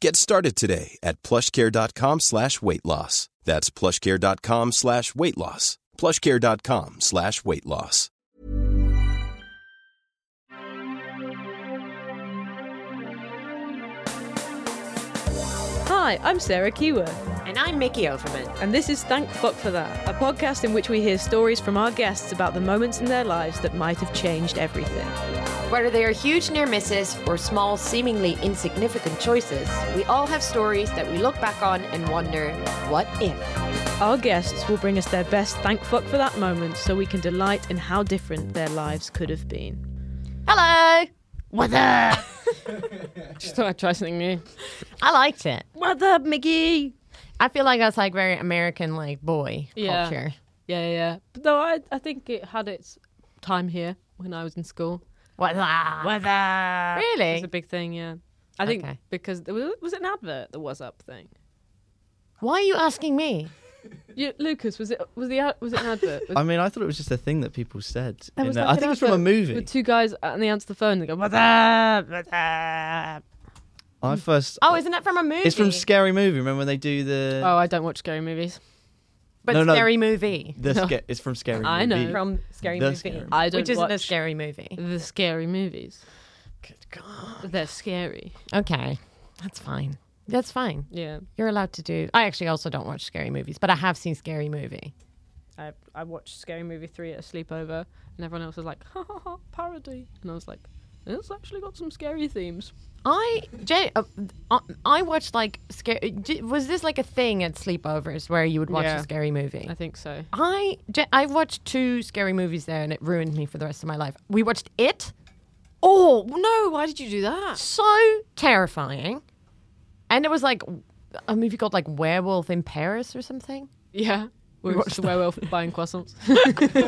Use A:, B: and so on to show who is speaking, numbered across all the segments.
A: Get started today at plushcare.com slash weight loss. That's plushcare.com slash weight loss. Plushcare.com slash weight loss.
B: Hi, I'm Sarah Kewer,
C: And I'm Mickey Overman.
B: and this is Thank Fuck for That, a podcast in which we hear stories from our guests about the moments in their lives that might have changed everything.
C: Whether they are huge near misses or small, seemingly insignificant choices, we all have stories that we look back on and wonder, what if?
B: Our guests will bring us their best Thank Fuck for That moment so we can delight in how different their lives could have been.
C: Hello!
B: What up? Just thought I'd try something new.
D: I liked it.
B: What up, Mickey?
D: I feel like that's like very American, like boy
B: Yeah.
D: culture.
B: Yeah, yeah. But no, I, I think it had its time here when I was in school.
D: What that? What
B: It
D: that?
B: was
D: Really?
B: a big thing, yeah. I think
D: Okay.
B: because there was, was it an advert, the was up thing?
D: Why are you asking me?
B: Yeah, Lucas, was it was the ad- was it an advert? Was-
E: I mean, I thought it was just a thing that people said.
B: There
E: in
B: was like
E: that- I think
B: an
E: it was from a
B: advert
E: movie.
B: With two guys uh, and they answer the phone and they go, "What's up? What's up?"
E: I first.
D: Oh, isn't that from a movie?
E: it's from Scary Movie. Remember when they do the?
B: Oh, I don't watch scary movies.
D: but
E: no, no.
D: scary movie.
E: the sca- it's from Scary Movie.
B: I know.
D: From scary
E: The
D: movie.
E: Scary
B: Um, I don't
D: Which isn't a
B: watch
D: scary movie.
B: the scary movies. Good God, they're scary.
D: Okay, that's fine. That's fine.
B: Yeah,
D: You're allowed to do. I actually also don't watch scary movies, but I have seen Scary Movie.
B: I I watched Scary Movie three at a sleepover, and everyone else was like, "Ha ha ha, parody," and I was like, "It's actually got some scary themes."
D: I Jay, uh, uh, I watched like scary. d- Was this like a thing at sleepovers where you would watch
B: Yeah.
D: a scary movie?
B: I think so.
D: I Je- I watched two scary movies there, and it ruined me for the rest of my life. We watched It. Oh no! Why did you do that? So terrifying, and it was like a movie called like Werewolf in Paris or something.
B: Yeah. We watched the werewolf buying croissants.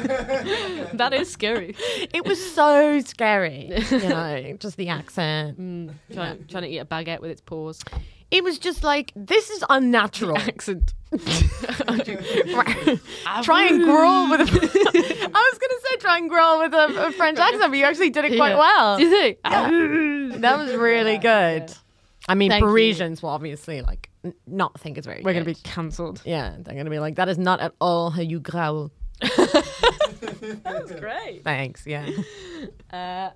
B: that is scary.
D: It was so scary, you know, just the accent.
B: Trying, trying to eat a baguette with its paws.
D: It was just like this is unnatural.
B: Accent.
D: try and growl with a. I was gonna say try and growl with a, a French accent, but you actually did it quite
B: Yeah.
D: well.
B: Do you think? Ah.
D: That was really good. I mean,
B: Thank you.
D: Parisians will obviously like n- not think it's very.
B: We're going to be
D: good.
B: cancelled.
D: Yeah, they're gonna be like, that is not at all how you growl.
B: Great.
D: Thanks. Yeah.
B: How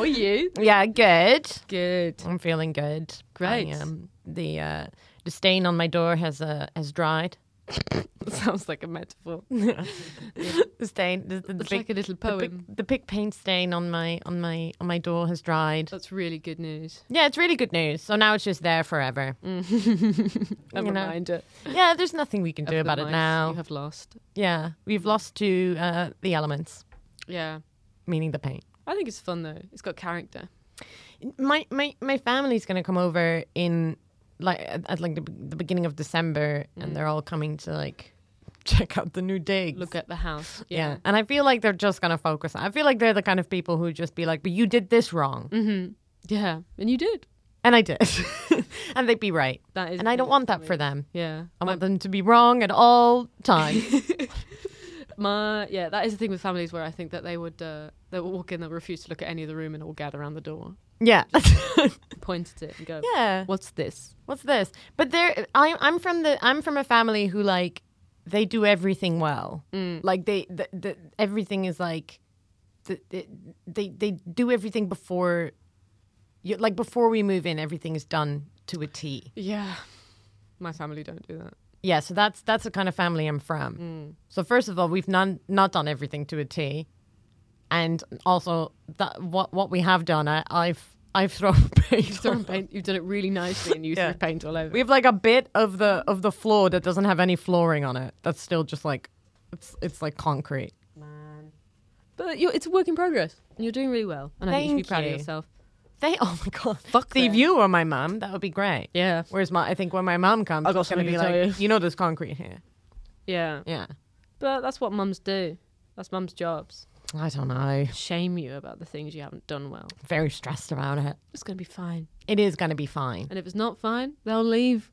B: are you?
D: yeah. Good.
B: Good.
D: I'm feeling good.
B: Great.
D: I, um, the uh, the stain on my door has uh, has dried.
B: Sounds like a metaphor.
D: The stain. The, the, the
B: It's
D: big,
B: like a little
D: the big-
B: poem.
D: the big paint stain on my on my on my door has dried.
B: That's really good news.
D: Yeah, it's really good news. So now it's just there forever.
B: A
D: You know.
B: reminder.
D: Yeah, there's nothing we can do
B: of the
D: about it
B: life
D: now.
B: You have lost.
D: yeah, we've lost to uh, the elements,
B: Yeah.
D: meaning the paint.
B: I think it's fun though. It's got character.
D: my my my family's gonna come over in like at, at, like the, be- the beginning of December, and they're all coming to like check out the new digs.
B: Look at the house.
D: yeah. and I feel like they're just gonna focus. I feel like they're the kind of people who just be like, "But you did this wrong,"
B: Yeah. Yeah. And you did.
D: and I did, and they'd be right.
B: That is
D: and I don't
B: pretty
D: want that for them.
B: Yeah.
D: I want them to be wrong at all times.
B: My yeah, that is the thing with families where I think that they would uh, they will walk in, they'll refuse to look at any of the room, and all gather around the door,
D: Yeah.
B: point at it, and go,
D: yeah.
B: what's this?"
D: What's this? But there, I'm I'm from the I'm from a family who like they do everything well. Like they the, the everything is like the, the, they they do everything before you like before we move in. Everything is done to a T.
B: Yeah, my family don't do that.
D: Yeah. So that's that's the kind of family I'm from. So first of all, we've not not done everything to a T, and also that what what we have done, I, I've I've thrown paint.
B: Thrown paint, you've done it really nicely, and you
D: Yeah.
B: threw paint all over.
D: We have like a bit of the of the floor that doesn't have any flooring on it. That's still just like it's it's like concrete.
B: but you're, it's a work in progress, and you're doing really well, and I think you should be
D: Thank
B: proud
D: you.
B: of yourself.
D: They oh my god.
B: Fuck
D: See, if
B: them.
D: you were my mum, that would be great.
B: Yeah,
D: Whereas my I think when my mum comes,
B: I got
D: it's gonna
B: something
D: be
B: to tell
D: like you. know there's concrete here.
B: yeah,
D: Yeah.
B: but that's what mums do. That's mums' jobs.
D: I don't know.
B: Shame you about the things you haven't done well.
D: Very stressed about it.
B: It's gonna be fine,
D: It is gonna be fine.
B: and if it's not fine, they'll leave.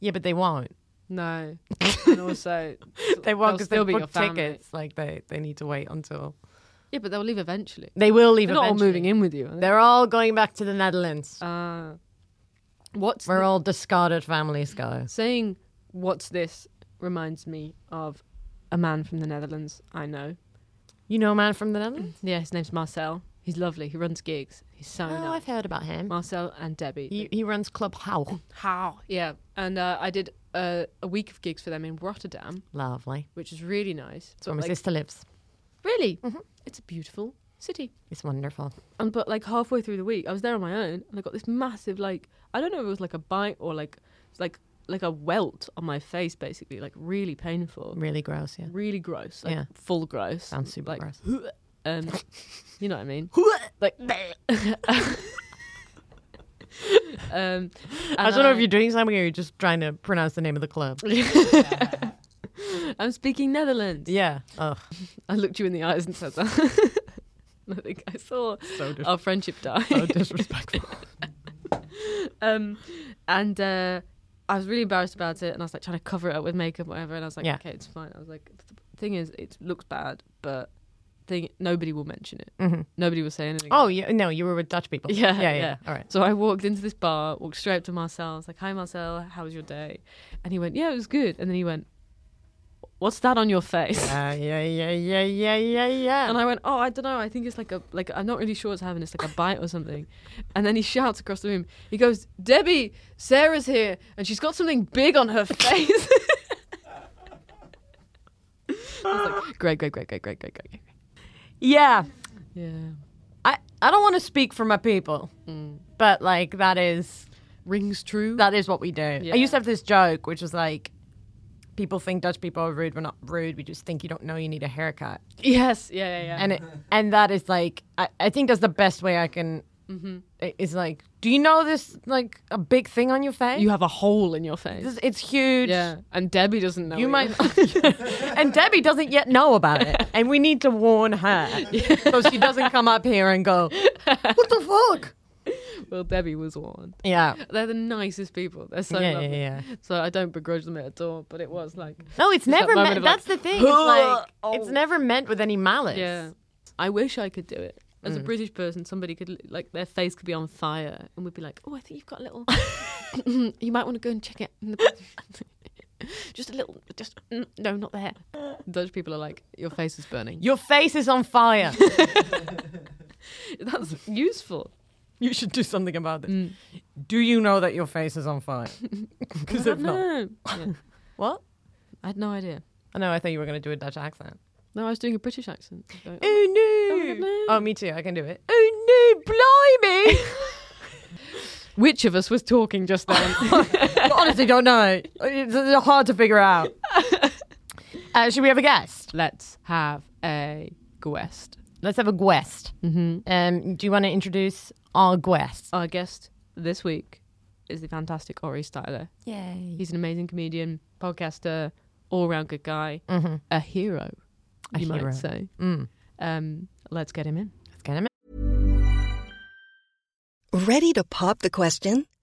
D: Yeah, but they won't.
B: No, and also
D: They
B: they'll
D: won't because
B: still
D: they
B: be your
D: booked
B: family.
D: tickets. Like they they need to wait until
B: Yeah, but they'll leave eventually.
D: they will leave.
B: They're not all
D: eventually.
B: moving in with you. Are they?
D: They're all going back to the Netherlands.
B: Uh, what's
D: Where
B: thi-
D: all discarded families go.
B: saying? What's this? Reminds me of a man from the Netherlands I know.
D: You know a man from the Netherlands?
B: Yeah, his name's Marcel. He's lovely. He runs gigs. He's so
D: Oh,
B: nice.
D: I've heard about him.
B: Marcel and Debbie.
D: He, he runs Club Howl.
B: How? Yeah, and uh, I did uh, a week of gigs for them in Rotterdam,
D: Lovely.
B: which is really nice. But,
D: It's where my Mm-hmm.
B: like,
D: sister lives.
B: really, it's a beautiful city.
D: It's wonderful.
B: And but like halfway through the week, I was there on my own, and I got this massive like I don't know if it was like a bite or like it's like like a welt on my face, basically, like really painful,
D: Really gross, yeah.
B: really gross, like
D: Yeah.
B: full gross,
D: Sounds super
B: like,
D: gross.
B: Um, you know what I mean?
D: Like,
B: Um,
D: I don't know if you're doing something or you're just trying to pronounce the name of the club.
B: you. I'm speaking Netherlands.
D: yeah. Ugh.
B: I looked you in the eyes and said that. I think I saw
D: So, dis-
B: our friendship die.
D: so disrespectful.
B: um, and uh, I was really embarrassed about it, and I was like trying to cover it up with makeup, whatever. And I was like,
D: Yeah.
B: okay, it's fine. I was like, the thing is, it looks bad, but thing nobody will mention it.
D: Mhm.
B: Nobody will say anything.
D: Oh, you, no, you were with Dutch people.
B: Yeah,
D: Yeah, yeah.
B: yeah.
D: All right.
B: So I walked into this bar, walked straight up to Marcel. I was like, "Hi, Marcel, how was your day?" And he went, "Yeah, it was good." And then he went, "What's that on your face?"
D: Uh, yeah, yeah, yeah, yeah, yeah, yeah.
B: And I went, "Oh, I don't know. I think it's like a like I'm not really sure what's happening. It's like a bite or something." And then he shouts across the room. He goes, "Debbie, Sarah's here, and she's got something big on her face." I was like, "Great, great, great, great, great, great, great, great."
D: yeah.
B: Yeah,
D: I, I don't want to speak for my people, but like that is
B: rings Mm. true.
D: That is what we do.
B: Yeah.
D: I used to have this joke, which was like, people think Dutch people are rude. We're not rude. We just think you don't know you need a haircut.
B: yes, yeah, yeah, yeah.
D: And it, and that is like, I, I think that's the best way I can. i- Is like, do you know this like a big thing on your face?
B: you have a hole in your face.
D: This- it's huge.
B: yeah, and Debbie doesn't know.
D: You
B: it.
D: might, and Debbie doesn't yet know about it, and we need to warn her so she doesn't come up here and go, "What the fuck?"
B: well, Debbie was warned.
D: Yeah,
B: They're the nicest people. They're so
D: Yeah, yeah,
B: lovely.
D: yeah.
B: So I don't begrudge them at all. But it was like,
D: no, it's
B: that
D: never
B: moment
D: meant.
B: of like,
D: That's the thing. It's like it's never meant with any malice.
B: yeah, I wish I could do it. As a British person, somebody could like their face could be on fire, and we'd be like, "Oh, I think you've got a little. you might want to go and check it." In the just a little. Just mm, no, not there. Dutch people are like, "Your face is burning."
D: Your face is on fire.
B: That's useful.
D: you should do something about this. Do you know that your face is on fire? Because if not,
B: No, Yeah.
D: what?
B: I had no idea.
D: I know. I thought you were going to do a Dutch accent.
B: No, I was doing a British accent. Going, "Oh,
D: Oh
B: no.
D: Oh, me too. I can do it. Oh no,
B: Which of us was talking just then?
D: blimey! Honestly, don't know. It's uh, hard to figure out. Uh, should we have a guest?
B: Let's have a guest.
D: Let's have a guest. Mm-hmm. Um, do you want to introduce our guest?
B: Our guest this week is the fantastic Ori Styler.
D: Yay!
B: He's an amazing comedian, podcaster, all round good guy, a hero,
D: Mm-hmm. A
B: you
D: hero.
B: might say.
D: Mm.
B: Um, let's get him in.
D: Let's get him.
F: Ready to pop the question?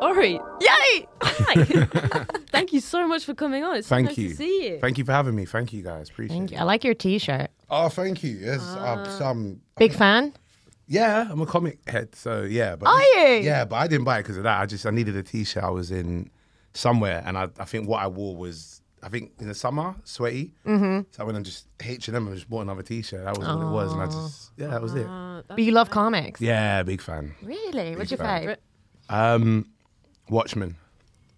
B: Ori,
D: Yay!
B: hi. Thank you so much for coming on. It's so
G: Thank
B: nice
G: you.
B: to see you.
G: Thank you for having me. Thank you guys. Appreciate
D: Thank you.
G: it.
D: I like your T-shirt.
G: Oh, thank you. Yes, I'm
D: Ah.
G: some.
D: Big fan.
G: Yeah, I'm a comic head, so yeah. But
D: Are you?
G: Yeah, but I didn't buy it because of that. I just I needed a t-shirt. I was in somewhere, and I, I think what I wore was I think in the summer sweaty. Mm-hmm. So I went and just H and M and just bought another t-shirt. That was what it was, and I just yeah, that was it.
D: But you love comics.
G: Yeah, big fan.
D: Really? What's your
G: Big fan.
D: favorite?
G: Um, Watchmen.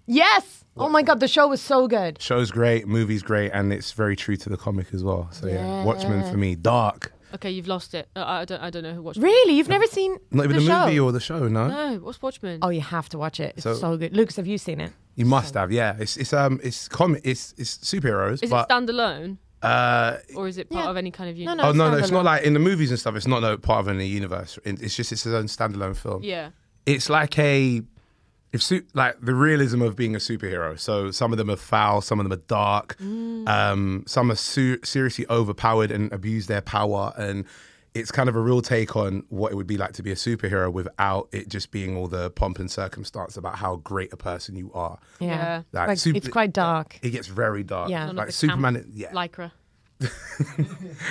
D: Yes. Oh my god, the show was so good.
G: Show's great, movie's great, and it's very true to the comic as well. So yeah, Watchmen for me, dark.
B: Okay, you've lost it. Uh, I don't. I don't know who watched.
D: Really? You've never seen
G: Not even the,
D: show?
G: movie or the show, no.
B: No, what's Watchmen?
D: oh, you have to watch it. It's so,
G: So-
D: good. Lucas, have you seen it?
G: You must have, yeah. It's it's um it's comic it's it's superheroes,
B: is
G: but
B: it standalone
G: uh
B: or is it part
D: Yeah.
B: of any kind of
D: No,
B: union?
D: no.
G: oh no no
D: standalone.
G: it's not like in the movies and stuff. It's not no part of any universe. It- It's just it's its own standalone film.
B: Yeah.
G: It's like a if su- like the realism of being a superhero. So some of them are foul, some of them are dark, um, some are su- seriously overpowered and abuse their power, and it's kind of a real take on what it would be like to be a superhero without it just being all the pomp and circumstance about how great a person you are.
D: Yeah.
B: Yeah.
G: Like,
D: Like,
G: super-
D: it's quite dark.
G: It gets very dark.
D: Yeah. None
B: of
G: like
B: the
G: Superman.
B: camp-
G: yeah,
B: Lycra.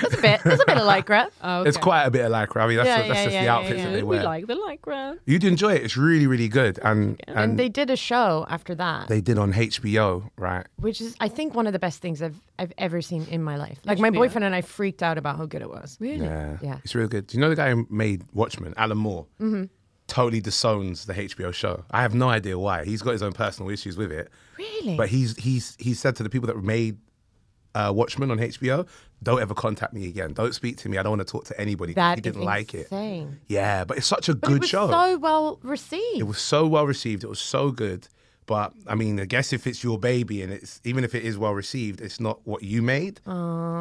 D: There's a bit. There's a bit of lycra.
B: Oh,
G: it's quite a bit of lycra. I mean, that's,
D: Yeah,
G: the- that's
D: yeah,
G: just
D: yeah,
G: the
D: yeah,
G: outfits
D: yeah.
G: that they
B: We
G: wear.
B: like the lycra.
G: You'd enjoy it. It's really, really good. And and,
D: And
G: they,
D: they did a show after that,
G: did on HBO, right?
D: which is, I think, one of the best things I've I've ever seen in my life. Like my boyfriend and I freaked out about how good it was.
B: Really?
G: Yeah,
D: Yeah.
G: It's really good. Do you know the guy who made Watchmen, Alan Moore? Mm-hmm. Totally disowns the HBO show. I have no idea why. He's got his own personal issues with it.
D: Really?
G: But he's he's he said to the people that made uh, Watchmen on HBO, don't ever contact me again. Don't speak to me. I don't want to talk to anybody.
D: That
G: he
D: is
G: didn't like it.
D: insane.
G: Yeah, but it's such a
D: But
G: good
D: it was
G: show.
D: so well received.
G: It was so well received. It was so good. But I mean, I guess if it's your baby and it's even if it is well received, it's not what you made.
B: Do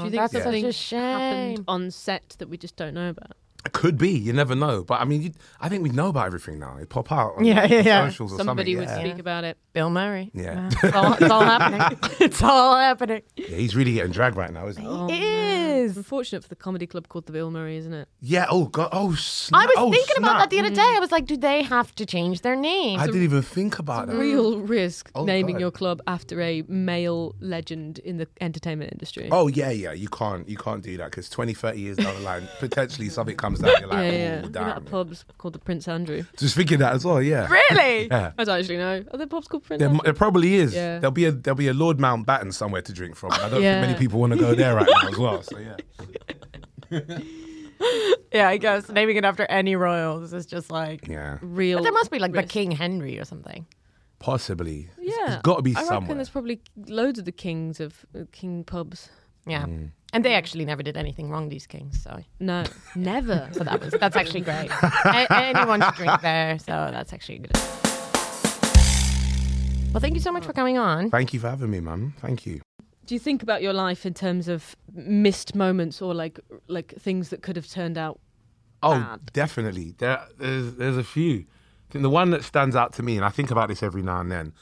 B: you think
D: that's such
B: something
D: a
B: happened
D: shame.
B: on set that we just don't know about?
G: It could be. You never know. But I mean, you, I think we know about everything now. It pop out on
D: Yeah,
G: like,
D: yeah,
G: the
D: yeah.
G: socials or
B: Somebody
G: something.
B: would
G: yeah.
B: speak about it.
D: Bill Murray.
G: Yeah.
D: It's all, it's all happening. It's all happening.
G: yeah, he's really getting dragged right now, isn't he?
D: it is.
B: Unfortunate for the comedy club called the Bill Murray, isn't it?
G: Yeah. Oh God. Oh. Snap.
D: I was
G: Oh,
D: thinking about that
G: snap.
D: the other day. I was like, do they have to change their name?
G: I didn't even think about that.
B: Real risk
G: Oh,
B: naming
G: God.
B: your club after a male legend in the entertainment industry.
G: Oh yeah, yeah. You can't, you can't do that because 20, 30 years down the line, potentially something comes out. You're
B: yeah,
G: like,
B: yeah.
G: oh,
B: You know that
G: damn.
B: pub's called the Prince Andrew.
G: Just thinking that as well. Yeah.
D: really?
G: Yeah.
B: I don't actually know. Are there pubs called Prince
G: There,
B: Andrew?
G: mu- there probably is.
B: Yeah.
G: There'll be a there'll be a Lord Mountbatten somewhere to drink from. I don't
B: Yeah.
G: think many people want to go there right now as well. So yeah.
D: Yeah, I guess naming it after any royals is just like.
G: Yeah.
B: Real.
D: But there must be like the
B: risk.
D: King Henry or something.
G: Possibly. It's-
B: Yeah,
G: It's got to be
B: I reckon
G: somewhere.
B: there's probably loads of the kings of uh, king pubs.
D: Yeah.
G: Mm.
D: And they actually never did anything wrong, these kings. So
B: No, never.
D: so that was that's actually great. A- anyone should drink there. So that's actually good. Well, thank you so much for coming on.
G: Thank you for having me, mum. Thank you.
B: Do you think about your life in terms of missed moments or like like things that could have turned out?
G: Oh,
B: Bad.
G: definitely. There, there's there's a few. I think the one that stands out to me, and I think about this every now and then.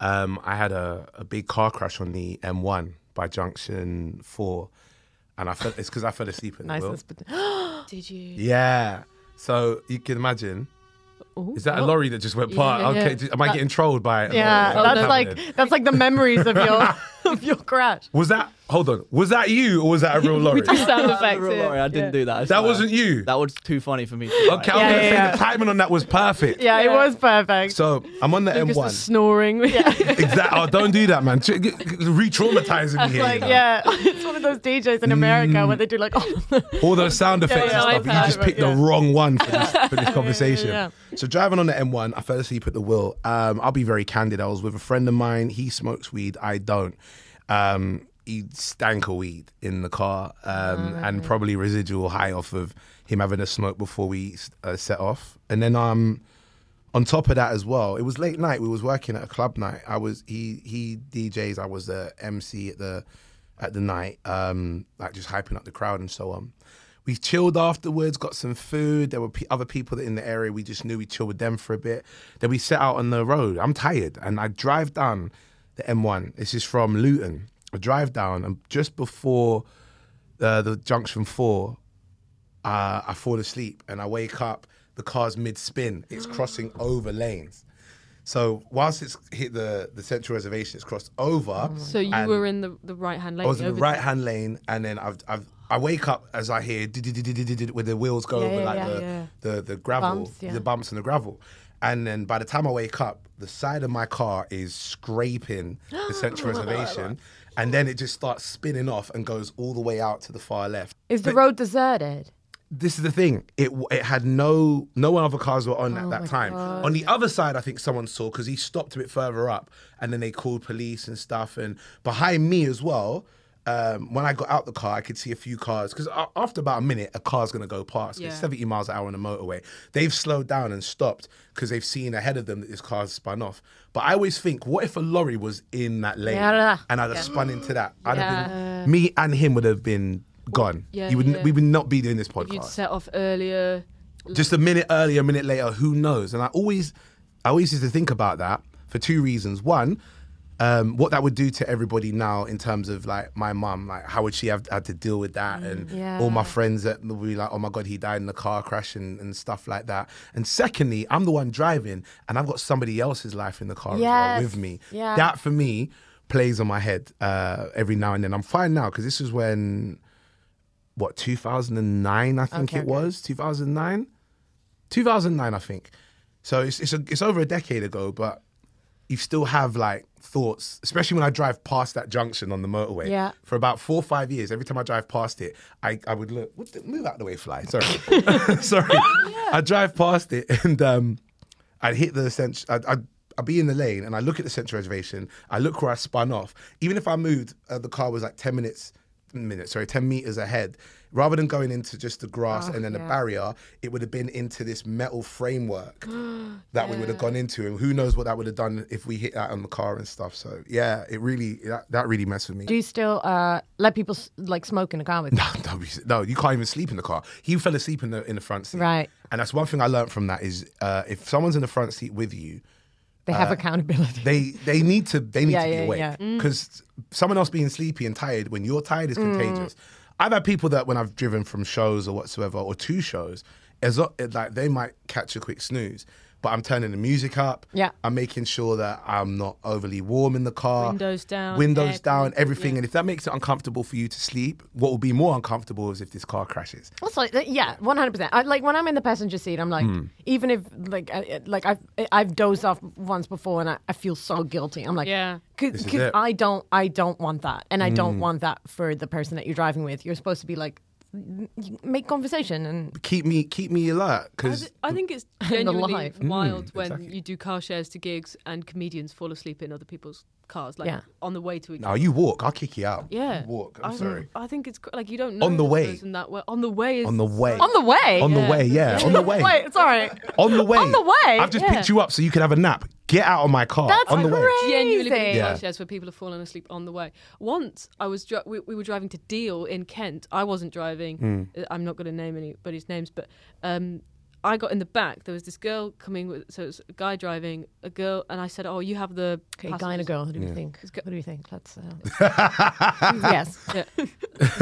G: Um, I had a, a big car crash on the M1 by Junction Four, and I fell. It's because I fell asleep at the
D: Nice.
G: wheel.
B: Did you?
G: Yeah. So you can imagine.
B: Ooh,
G: Is that a
B: what?
G: lorry that just went past?
B: yeah,
G: okay,
B: yeah.
G: d- am I getting trolled by? a lorry?
D: Yeah,
G: What's
D: that's
G: happening?
D: like that's like the memories of your of your crash.
G: Was that Hold on. Was that you or was that a real lorry?
E: do sound
G: effects.
E: Don't worry, I didn't do that. I
G: That
E: swear.
G: wasn't you.
E: That was too funny for me. To write.
G: Okay, I was
D: Yeah,
G: gonna
D: yeah,
G: say
D: yeah.
G: the timing on that was perfect.
D: Yeah, it was perfect.
G: So I'm on the
B: Lucas was
G: M1.
B: snoring. Yeah.
G: exactly. Oh, don't do that, man. Ch- g- g- Re-traumatizing me here.
D: like,
G: you know.
D: yeah, it's one of those DJs in America where they do like all of the
G: All those sound effects
D: yeah,
G: and stuff.
D: iPad,
G: You just picked
D: yeah.
G: the wrong one for this, for this conversation.
D: yeah,
G: So driving on the M1, I fell asleep at the wheel. Um, I'll be very candid. I was with a friend of mine. He smokes weed. I don't. Um, he stank of weed in the car
D: Oh,
G: um, and probably residual high off of him having a smoke before we uh, set off. And then um, on top of that as well, it was late night. We was working at a club night. I was he he DJs. I was the MC at the at the night, um, like just hyping up the crowd and so on. We chilled afterwards, got some food. There were pe other people that in the area. We just knew we chilled with them for a bit. Then we set out on the road. I'm tired, and I drive down the M1. This is from Luton. I drive down, and just before uh, the junction four, uh, I fall asleep and I wake up. The car's mid spin. It's crossing over lanes. So whilst it's hit the, the central reservation, it's crossed over.
B: So you
G: and
B: were in the, the right hand lane.
G: I was in the
B: over-
G: right hand lane, and then I've, I've I wake up as I hear "did-did-did-did-did-did" where the wheels go
D: Yeah,
G: over
D: yeah,
G: like
D: yeah.
G: the,
D: Yeah.
G: the the gravel,
D: Bumps, yeah.
G: the bumps and the gravel. And then by the time I wake up, the side of my car is scraping the central reservation, and then it just starts spinning off and goes all the way out to the far left
D: Is the road deserted?
G: this is the thing. It w- it had no no other cars were
B: Oh
G: on at that time. On the other side, I think someone saw because he stopped a bit further up, and then they called police and stuff. And behind me as well, um, when I got out the car, I could see a few cars because after about a minute, a car's gonna go past. It's
B: Yeah.
G: seventy miles an hour on the motorway. They've slowed down and stopped because they've seen ahead of them that this car's spun off. But I always think, what if a lorry was in that lane
D: Yeah.
G: and I'd have spun into that? I'd have been me and him would have been gone.
B: Yeah,
G: you would n-
B: yeah.
G: we would not be doing this podcast
B: You'd set off earlier.
G: just a minute earlier, a minute later, who knows? And I always, I always used to think about that for two reasons. One, um, what that would do to everybody now in terms of like my mum, like how would she have had to deal with
D: Mm,
G: that, and all my friends that would be like, oh my god, he died in a car crash and, and stuff like that. And secondly, I'm the one driving, and I've got somebody else's life in the car as well
D: Yes.
G: with me.
D: Yeah.
G: That for me plays on my head uh, every now and then. I'm fine now because this is when what 2009 I think
D: Okay,
G: it
D: okay.
G: was 2009 2009 I think so it's it's, a, it's over a decade ago but you still have like thoughts especially when I drive past that junction on the motorway
D: Yeah.
G: for about 4 or 5 years every time I drive past it I, I would look what the, move out the way fly sorry sorry I drive past it and um I'd hit the cent. I'd, I'd, I'd be in the lane and I look at the central reservation. I look where I spun off. Even if I moved, uh, the car was like 10 minutes, minutes, sorry, 10 meters ahead. Rather than going into just the grass and then a barrier, it would have been into this metal framework that we would have gone into. And who knows what that would have done if we hit that on the car and stuff. So yeah, it really, that, that really messed with me.
D: Do you still uh, let people s- like smoke in a car with you?
G: No, you- no, you can't even sleep in the car. He fell asleep in the in the front seat.
D: Right.
G: And that's one thing I learned from that is uh, if someone's in the front seat with you,
D: They
G: Uh,
D: have accountability.
G: they they need to they need
D: Yeah,
G: to be
D: yeah, yeah. Mm.
G: awake because someone else being sleepy and tired when you're tired is
D: Mm.
G: contagious. I've had people that when I've driven from shows or whatsoever or two shows, as o- like they might catch a quick snooze, but I'm turning the music up.
D: Yeah.
G: I'm making sure that I'm not overly warm in the car.
B: Windows down,
G: windows
B: air
G: down,
B: conditioning,
G: everything.
B: yeah.
G: And if that makes it uncomfortable for you to sleep, what will be more uncomfortable is if this car crashes.
D: Also, th- yeah, one hundred percent. Like when I'm in the passenger seat, I'm like,
G: Hmm.
D: even if like I, like I've I've dozed off once before, and I, I feel so guilty. I'm like,
B: Yeah.
G: This is
D: because
G: it. Hmm.
D: I don't I don't want that, and I don't want that for the person that you're driving with. You're supposed to be like, n- n- make conversation and
G: Keep me keep me alert
B: I,
G: because
B: th- I think it's
D: the Mm,
B: genuinely
D: live.
B: wild when
G: exactly.
B: you do car shares to gigs and comedians fall asleep in other people's cars, like
D: Yeah.
B: on the way to a gig.
G: now you walk, I'll kick you out.
B: Yeah,
G: You walk. I'm
B: I-
G: sorry.
B: I think it's cr- like you don't know
G: On the way.
B: person that well. On the way is
G: On the way.
D: on the way.
G: On the way, yeah. On the way.
D: Wait, it's all right.
G: On the way.
D: On the way,
G: I've just
D: yeah.
G: picked you up so you can have a nap. Get out of my car.
D: That's
G: on the way.
D: great.
B: genuinely been
D: Amazing.
G: Yeah.
B: car shares where people have fallen asleep on the way. Once I was dri- we, we were driving to Deal in Kent. I wasn't driving.
G: Hmm.
B: Uh, I'm not going to name anybody's names, but um, I got in the back. There was this girl coming with so it was a guy driving, a girl, and I said, "Oh, you have the
D: Okay, guy and a
B: passengers."
D: girl. Who do we think? What do we think? Let's. Uh, yes,
B: I've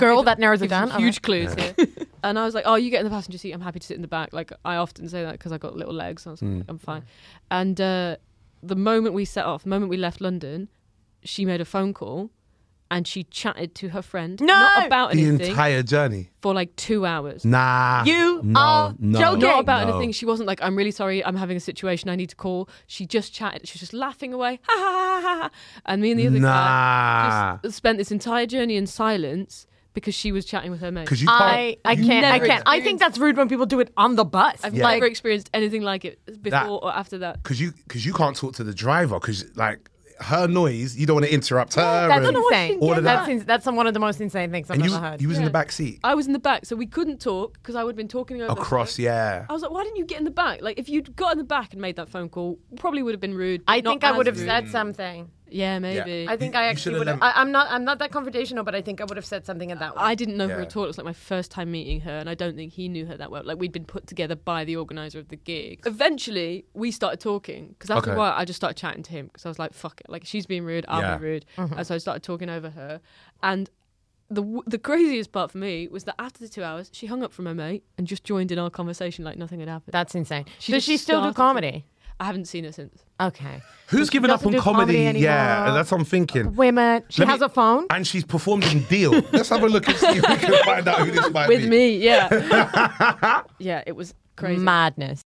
D: girl.
B: given-
D: That narrows it Oh,
B: given
D: down.
B: some
D: All
B: Huge
D: right.
B: clues here. And I was like, "Oh, you get in the passenger seat. I'm happy to sit in the back." Like I often say that because I got little legs. I was
G: Mm.
B: like, "I'm fine." And uh, the moment we set off, the moment we left London, she made a phone call, and she chatted to her friend
D: No!
B: not about
G: the
B: anything
G: entire journey.
B: for like two hours.
G: Nah.
B: You
G: Ah, no,
B: are
G: no,
B: Not about
G: no.
B: anything. She wasn't like, I'm really sorry, I'm having a situation, I need to call. She just chatted. She was just laughing away. Ha ha ha ha. ha. And me and the other
G: Nah.
B: guy just spent this entire journey in silence because she was chatting with her mate.
G: 'Cause you
D: I, I can't. I
B: Never
D: can't. I think that's rude when people do it on the bus.
B: I've
G: Yeah.
B: never experienced anything like it before or after that.
G: Because you, cause you can't talk to the driver because, like, her noise, you don't want to interrupt her.
D: That's
G: and
D: insane.
G: All of
D: That's,
G: that.
D: ins- that's one of the most insane things I've
G: and you,
D: ever heard.
G: you was in the back seat.
B: I was in the back, so we couldn't talk because I would have been talking over
G: Across, yeah.
B: I was like, why didn't you get in the back? Like, if you'd got in the back and made that phone call, probably would have been rude.
D: I
B: but not
D: think I
B: as
D: would have
B: rude.
D: said something.
B: Yeah, maybe.
D: I think
G: You-
D: I
G: you
D: actually
G: should've
D: would. have
G: lem-
D: I'm not. I'm not that confrontational, but I think I would have said something at that one.
B: I didn't know her
G: Yeah.
B: at all. It was like my first time meeting her, and I don't think he knew her that well. Like we'd been put together by the organizer of the gig. Eventually, we started talking because after a
G: Okay.
B: while, I just started chatting to him because I was like, "Fuck it!" Like she's being rude, I'll
G: Yeah.
B: be rude, and so I started talking over her. And the w- the craziest part for me was that after the two hours, she hung up from her mate and just joined in our conversation like nothing had happened.
D: That's insane.
B: She
D: Does
B: just
D: she still do
B: started to-
D: comedy?
B: I haven't seen her since.
D: Okay.
G: Who's given up
D: doesn't
G: on
D: do
G: comedy?
D: comedy
G: yeah,
D: anymore.
G: that's what I'm thinking.
D: Women. She
G: Let me-
D: has a phone.
G: And she's performed in Deal. Let's have a look and see if we can find out who this might
B: With
G: be.
B: me, yeah, yeah, it was crazy.
D: Madness.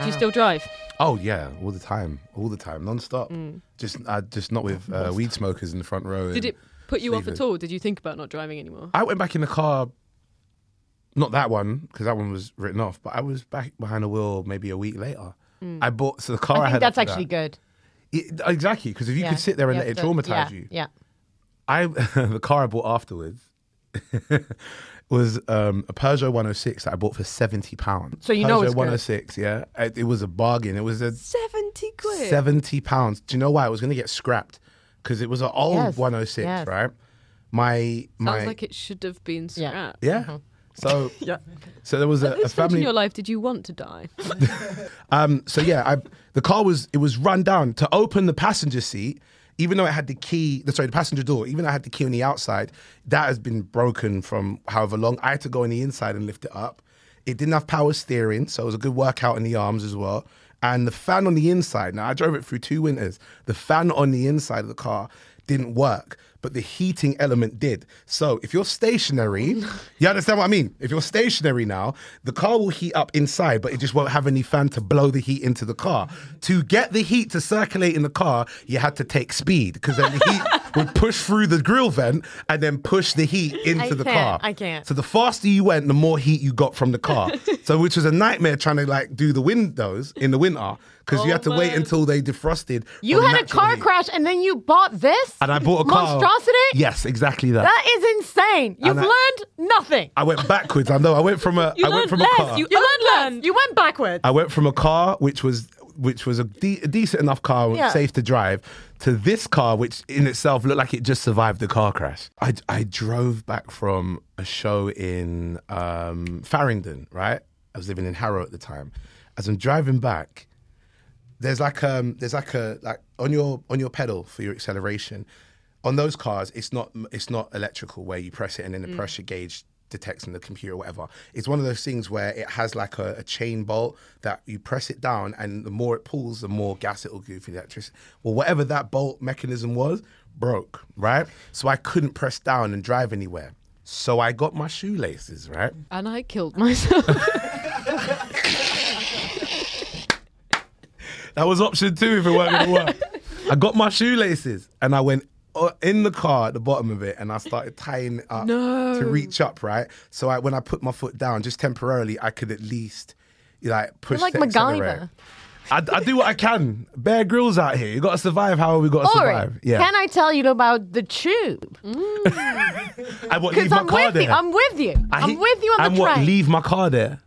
B: Do you still drive?
G: Oh yeah, all the time, all the time, non-stop. Just, uh, just not with uh, weed smokers in the front row.
B: Did
G: and-
B: it put you off
G: Stephen.
B: at all? Did you think about not driving anymore?
G: I went back in the car. Not that one because that one was written off. But I was back behind the wheel maybe a week later. I bought so the car. Oh, I,
D: I think
G: had
D: that's
G: after
D: actually
G: that-
D: good.
G: It- exactly because if you
D: Yeah.
G: could sit there and
D: Yeah,
G: let it
D: good.
G: traumatize
D: Yeah,
G: you,
D: Yeah.
G: I the car I bought afterwards was um, a Peugeot 106 that I bought for seventy pounds.
D: So you know
G: Peugeot
D: it's good.
G: 106, yeah. It, it was a bargain. It was a
B: 70 quid.
G: 70 pounds. Do you know why? It was going to get scrapped because it was an old
D: Yes,
G: 106,
D: yes.
G: right? My, my,
B: Sounds like it should have been scrapped.
G: yeah.
D: Mm-hmm.
G: So, so there was a,
B: At this
G: a
B: point in
G: family.
B: your life, did you want to die?
G: Um, so yeah, I, the car was it was run down. To open the passenger seat, even though it had the key, sorry, the passenger door, even though I had the key on the outside, that has been broken from however long. I had to go on the inside and lift it up. It didn't have power steering, so it was a good workout in the arms as well. And the fan on the inside. Now I drove it through two winters. The fan on the inside of the car didn't work, but the heating element did. So if you're stationary, you understand what I mean? If you're stationary now, the car will heat up inside, but it just won't have any fan to blow the heat into the car. To get the heat to circulate in the car, you had to take speed because then the heat would push through the grill vent and then push the heat into
D: I
G: the
D: can't,
G: car.
D: I can't.
G: So the faster you went, the more heat you got from the car. so which was a nightmare trying to like do the windows in the winter because you had to wait until they defrosted.
D: You
G: from
D: had a
G: natural
D: car
G: heat.
D: crash and then you bought this.
G: And I bought a car.
D: Monstrosity.
G: Yes, exactly that.
D: That is insane. You've
G: And I-
D: learned nothing.
G: I went backwards. I know. I went from a. I went
B: learned
G: from
B: less,
G: a car.
B: you-
D: You learned
B: Unlearned.
D: less. You went backwards.
G: I went from a car which was which was a, de- a decent enough car,
D: Yeah.
G: safe to drive, to this car which in itself looked like it just survived the car crash. I, I drove back from a show in um, Farringdon, right? I was living in Harrow at the time. As I'm driving back, there's like um there's like a like on your on your pedal for your acceleration on those cars it's not it's not electrical where you press it and then the pressure gauge detects in the computer or whatever it's one of those things where it has like a, a chain bolt that you press it down and the more it pulls the more gas it will give you the electricity well whatever that bolt mechanism was broke right so i couldn't press down and drive anywhere so i got my shoelaces right
B: And I killed myself.
G: That was option two if it weren't gonna work. I got my shoelaces and I went uh, in the car at the bottom of it and I started tying it up to reach up, right? So I, when I put my foot down, just temporarily, I could at least like push
D: like
G: the
D: MacGyver.
G: accelerator. I, I do what I can. Bear grills out here. You got to survive. How are we got to
D: Or
G: survive? Yeah.
D: can I tell you about the tube?
G: I what, leave
D: Because
G: my
D: I'm
G: car
D: with
G: there.
D: you. I'm with you.
G: I
D: I'm
G: hit-
D: with you on
G: and
D: the
G: what,
D: train.
G: leave my car there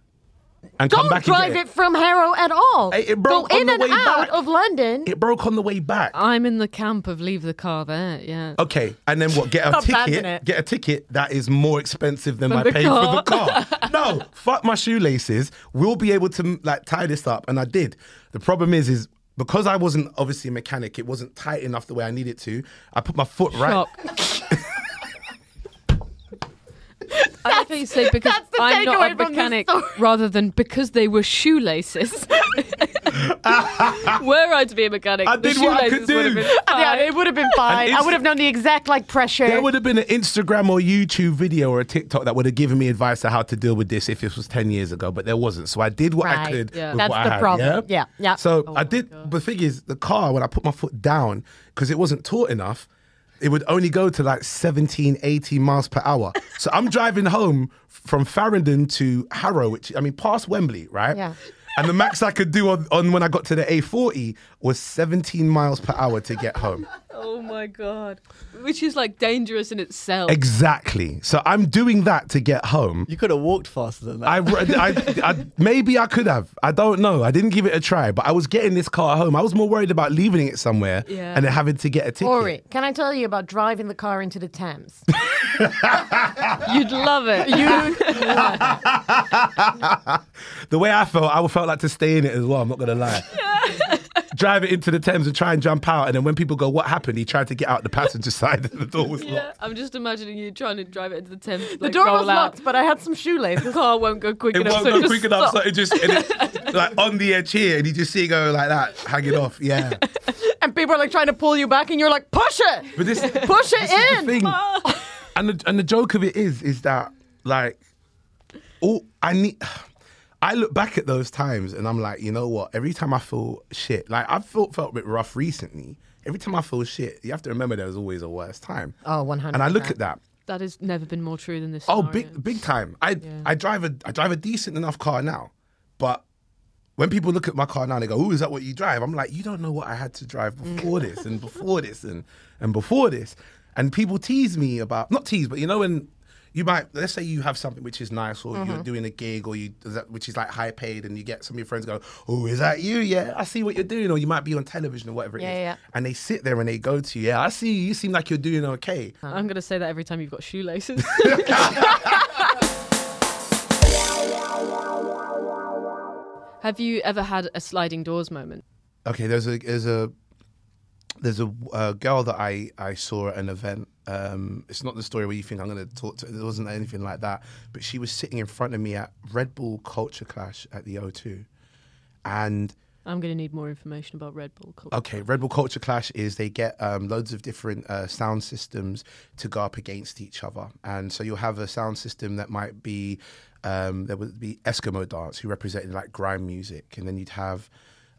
G: and come
D: Don't
G: back and
D: drive
G: get
D: it from Harrow at all.
G: Hey, it broke
D: Go
G: on
D: in
G: the
D: and
G: way
D: out
G: back.
D: of London.
G: It broke on the way back.
B: I'm in the camp of leave the car there, yeah.
G: Okay, and then what? Get a
D: Stop banning
G: ticket.
D: it.
G: Get a ticket that is more expensive than
B: Than
G: I
B: the
G: paid for the
B: car.
G: car. no, fuck my shoelaces. We'll be able to like tie this up, and I did. The problem is, is because I wasn't obviously a mechanic, it wasn't tight enough the way I needed to. I put my foot right.
B: Shock. I like how you say because
D: that's the
B: I'm
D: takeaway
B: not a
D: from this
B: mechanic
D: story.
B: rather than because they were shoelaces. Were I to be a mechanic,
G: I
B: the
G: did what I
B: shoelaces
G: could
B: would have
G: do.
B: been
D: Yeah, it would have been fine. I
G: instant-
D: would have known the exact like pressure.
G: There would have been an Instagram or YouTube video or a TikTok that would have given me advice to how to deal with this if this was 10 years ago, but there wasn't. So I did what I
D: Right,
G: could.
D: yeah.
G: With
D: That's
G: what I
D: the
G: had,
D: problem.
G: Yeah.
D: Yeah, yeah. Oh
G: So I did. But the thing is, the car, when I put my foot down, because it wasn't taught enough, it would only go to like 17, 18 miles per hour. so I'm driving home from Farringdon to Harrow, which, I mean, past Wembley, right?
D: Yeah.
G: And the max I could do on, on when I got to the A40 was 17 miles per hour to get home.
B: Oh my god, which is like dangerous in itself.
G: Exactly. So I'm doing that to get home.
E: You could have walked faster than that.
G: I, I, I- maybe I could have. I don't know. I didn't give it a try, but I was getting this car home. I was more worried about leaving it somewhere
B: Yeah.
G: and then having to get a ticket.
D: Ori, can I tell you about driving the car into the Thames?
B: You'd love it.
D: You
G: The way I felt, I felt like to stay in it as well. I'm not gonna lie. Drive it into the Thames and try and jump out, and then when people go, "What happened?" He tried to get out the passenger side, and the door was
B: Yeah,
G: locked.
B: I'm just imagining you trying to drive it into the Thames. Like,
D: the door
B: roll
D: was
B: out.
D: locked, but I had some shoelaces.
B: The car won't go quick
G: It
B: enough.
G: won't
B: so
G: go
B: just
G: quick enough, so
B: stop.
G: it just and it, like on the edge here, and you just see it go like that, hanging off. Yeah,
D: and people are like trying to pull you back, and you're like, push it,
G: but this
D: push it
G: This
D: in.
G: is the thing. and the, and the joke of it is is that like all I need I look back at those times and I'm like, you know what? Every time I feel shit, like I've felt felt a bit rough recently. Every time I feel shit, you have to remember there was always a worse time.
D: Oh, 100%.
G: And I look at that.
B: That has never been more true than this.
G: Oh,
B: scenario.
G: big big time. I I drive a I drive a decent enough car now, but when people look at my car now, they go, "Oh, is that what you drive?" I'm like, "You don't know what I had to drive before this, and before this, and and before this." And people tease me about not tease, but you know when you might let's say you have something which is nice, or you're doing a gig, or you that- which is like high paid, and you get some of your friends go, "Oh, is that you? Yeah, I see what you're doing," or you might be on television or whatever it is,
D: Yeah, yeah.
G: and they sit there and they go to you, "Yeah, I see you. You seem like you're doing okay."
B: Um, I'm gonna say that every time you've got shoelaces. Have you ever had a sliding doors moment?
G: Okay, there's a there's a there's a uh, girl that I I saw at an event. Um, it's not the story where you think I'm going to talk to. It wasn't anything like that. But she was sitting in front of me at Red Bull Culture Clash at the O2, and
B: I'm gonna need more information about Red Bull. Culture.
G: Okay, Red Bull Culture Clash is they get um, loads of different uh, sound systems to go up against each other, and so you'll have a sound system that might be um, there would be Eskimo Dance, who represented like grime music, and then you'd have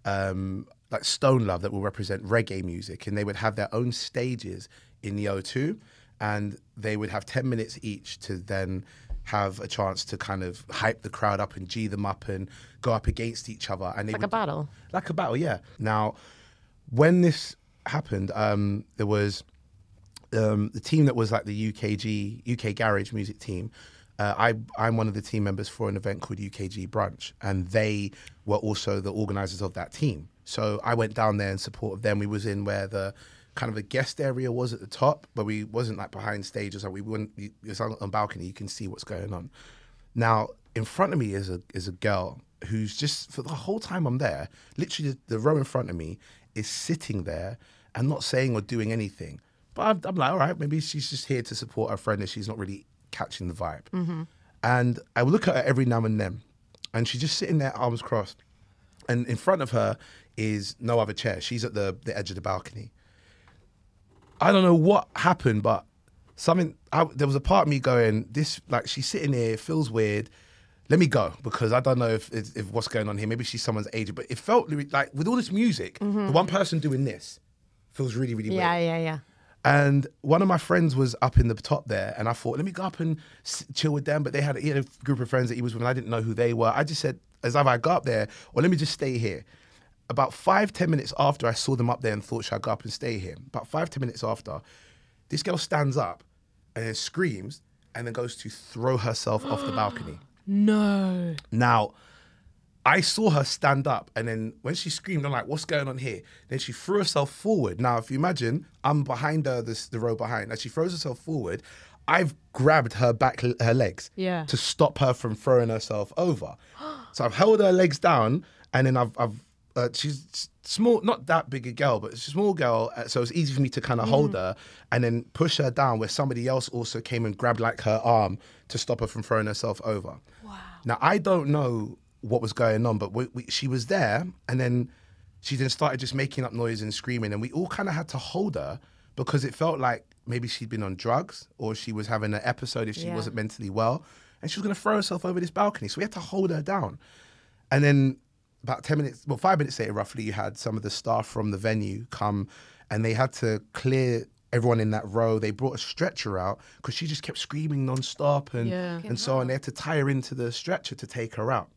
G: um, like Stone Love that will represent reggae music, and they would have their own stages in the O2, and they would have ten minutes each to then have a chance to kind of hype the crowd up and g them up and go up against each other, and they
D: Like
G: would-
D: a battle.
G: like a battle, yeah. Now, when this happened, um, there was um, the team that was like the UKG UK Garage Music team. Uh, I I'm one of the team members for an event called UKG Brunch, and they were also the organisers of that team. So I went down there in support of them. We was in where the kind of a guest area was at the top, but we wasn't like behind stage or something. We weren't you- it's on a balcony. You can see what's going on. Now, in front of me is a is a girl who's just for the whole time I'm there, literally the, the row in front of me is sitting there and not saying or doing anything. But I'm, I'm like, all right, maybe she's just here to support her friend and she's not really catching the vibe. And I would look at her every now and then, and she's just sitting there, arms crossed. And in front of her is no other chair. She's at the, the edge of the balcony. I don't know what happened, but something. I, there was a part of me going, "This like she's sitting here, it feels weird. Let me go because I don't know if, if, if what's going on here. Maybe she's someone's agent." But it felt really- like with all this music, the one person doing this feels really, really weird.
D: Yeah, yeah, yeah.
G: And one of my friends was up in the top there, and I thought, let me go up and s- chill with them. But they had, he had a group of friends that he was with, and I didn't know who they were. I just said, as if I go up there, or let me just stay here. About five, ten minutes after I saw them up there and thought, should I go up and stay here? About five, ten minutes after, this girl stands up and then screams and then goes to throw herself off the balcony.
B: No.
G: Now, I saw her stand up, and then when she screamed, I'm like, "What's going on here?" Then she threw herself forward. Now, if you imagine, I'm behind her, this the row behind. As she throws herself forward, I've grabbed her back, her legs,
B: Yeah.
G: to stop her from throwing herself over. so I've held her legs down, and then I've, I've uh, she's s- small, not that big a girl, but it's a small girl, uh, so it's easy for me to kind of hold her and then push her down where somebody else also came and grabbed like her arm to stop her from throwing herself over. Wow. Now I don't know what was going on, but we, we, she was there, and then she then started just making up noise and screaming, and we all kind of had to hold her because it felt like maybe she'd been on drugs or she was having an episode if she
H: Yeah.
G: wasn't mentally well, and she was going to throw herself over this balcony, so we had to hold her down, and then about 10 minutes, well, five minutes later, roughly, you had some of the staff from the venue come and they had to clear everyone in that row. They brought a stretcher out because she just kept screaming nonstop and,
H: Yeah.
G: and so on. They had to tie her into the stretcher to take her out.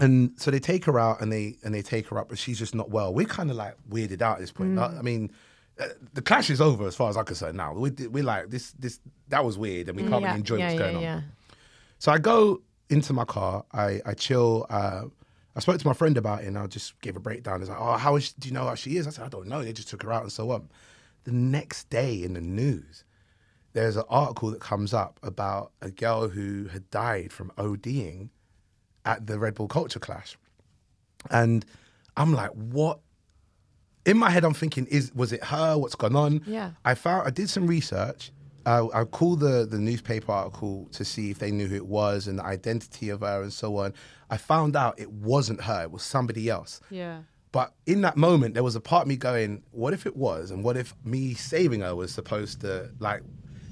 G: And so they take her out and they and they take her up, but she's just not well. We're kind of like weirded out at this point.
H: Mm.
G: I, I mean, uh, the clash is over as far as I'm concerned now. We're, we're like, this, this, that was weird and we can't
D: Mm, yeah.
G: really enjoy
D: yeah,
G: what's
D: yeah,
G: going on.
D: yeah.
G: So I go into my car. I, I chill. Uh, I spoke to my friend about it, and I just gave a breakdown. It's like, oh, how is do you know how she is? I said, I don't know. They just took her out and so on. The next day in the news, there's an article that comes up about a girl who had died from ODing at the Red Bull Culture Clash, and I'm like, what? In my head, I'm thinking, is was it her? What's gone on?
H: Yeah.
G: I found I did some research. Uh, I called the the newspaper article to see if they knew who it was and the identity of her and so on. I found out it wasn't her; it was somebody else.
B: Yeah.
G: But in that moment, there was a part of me going, "What if it was? And what if me saving her was supposed to like?"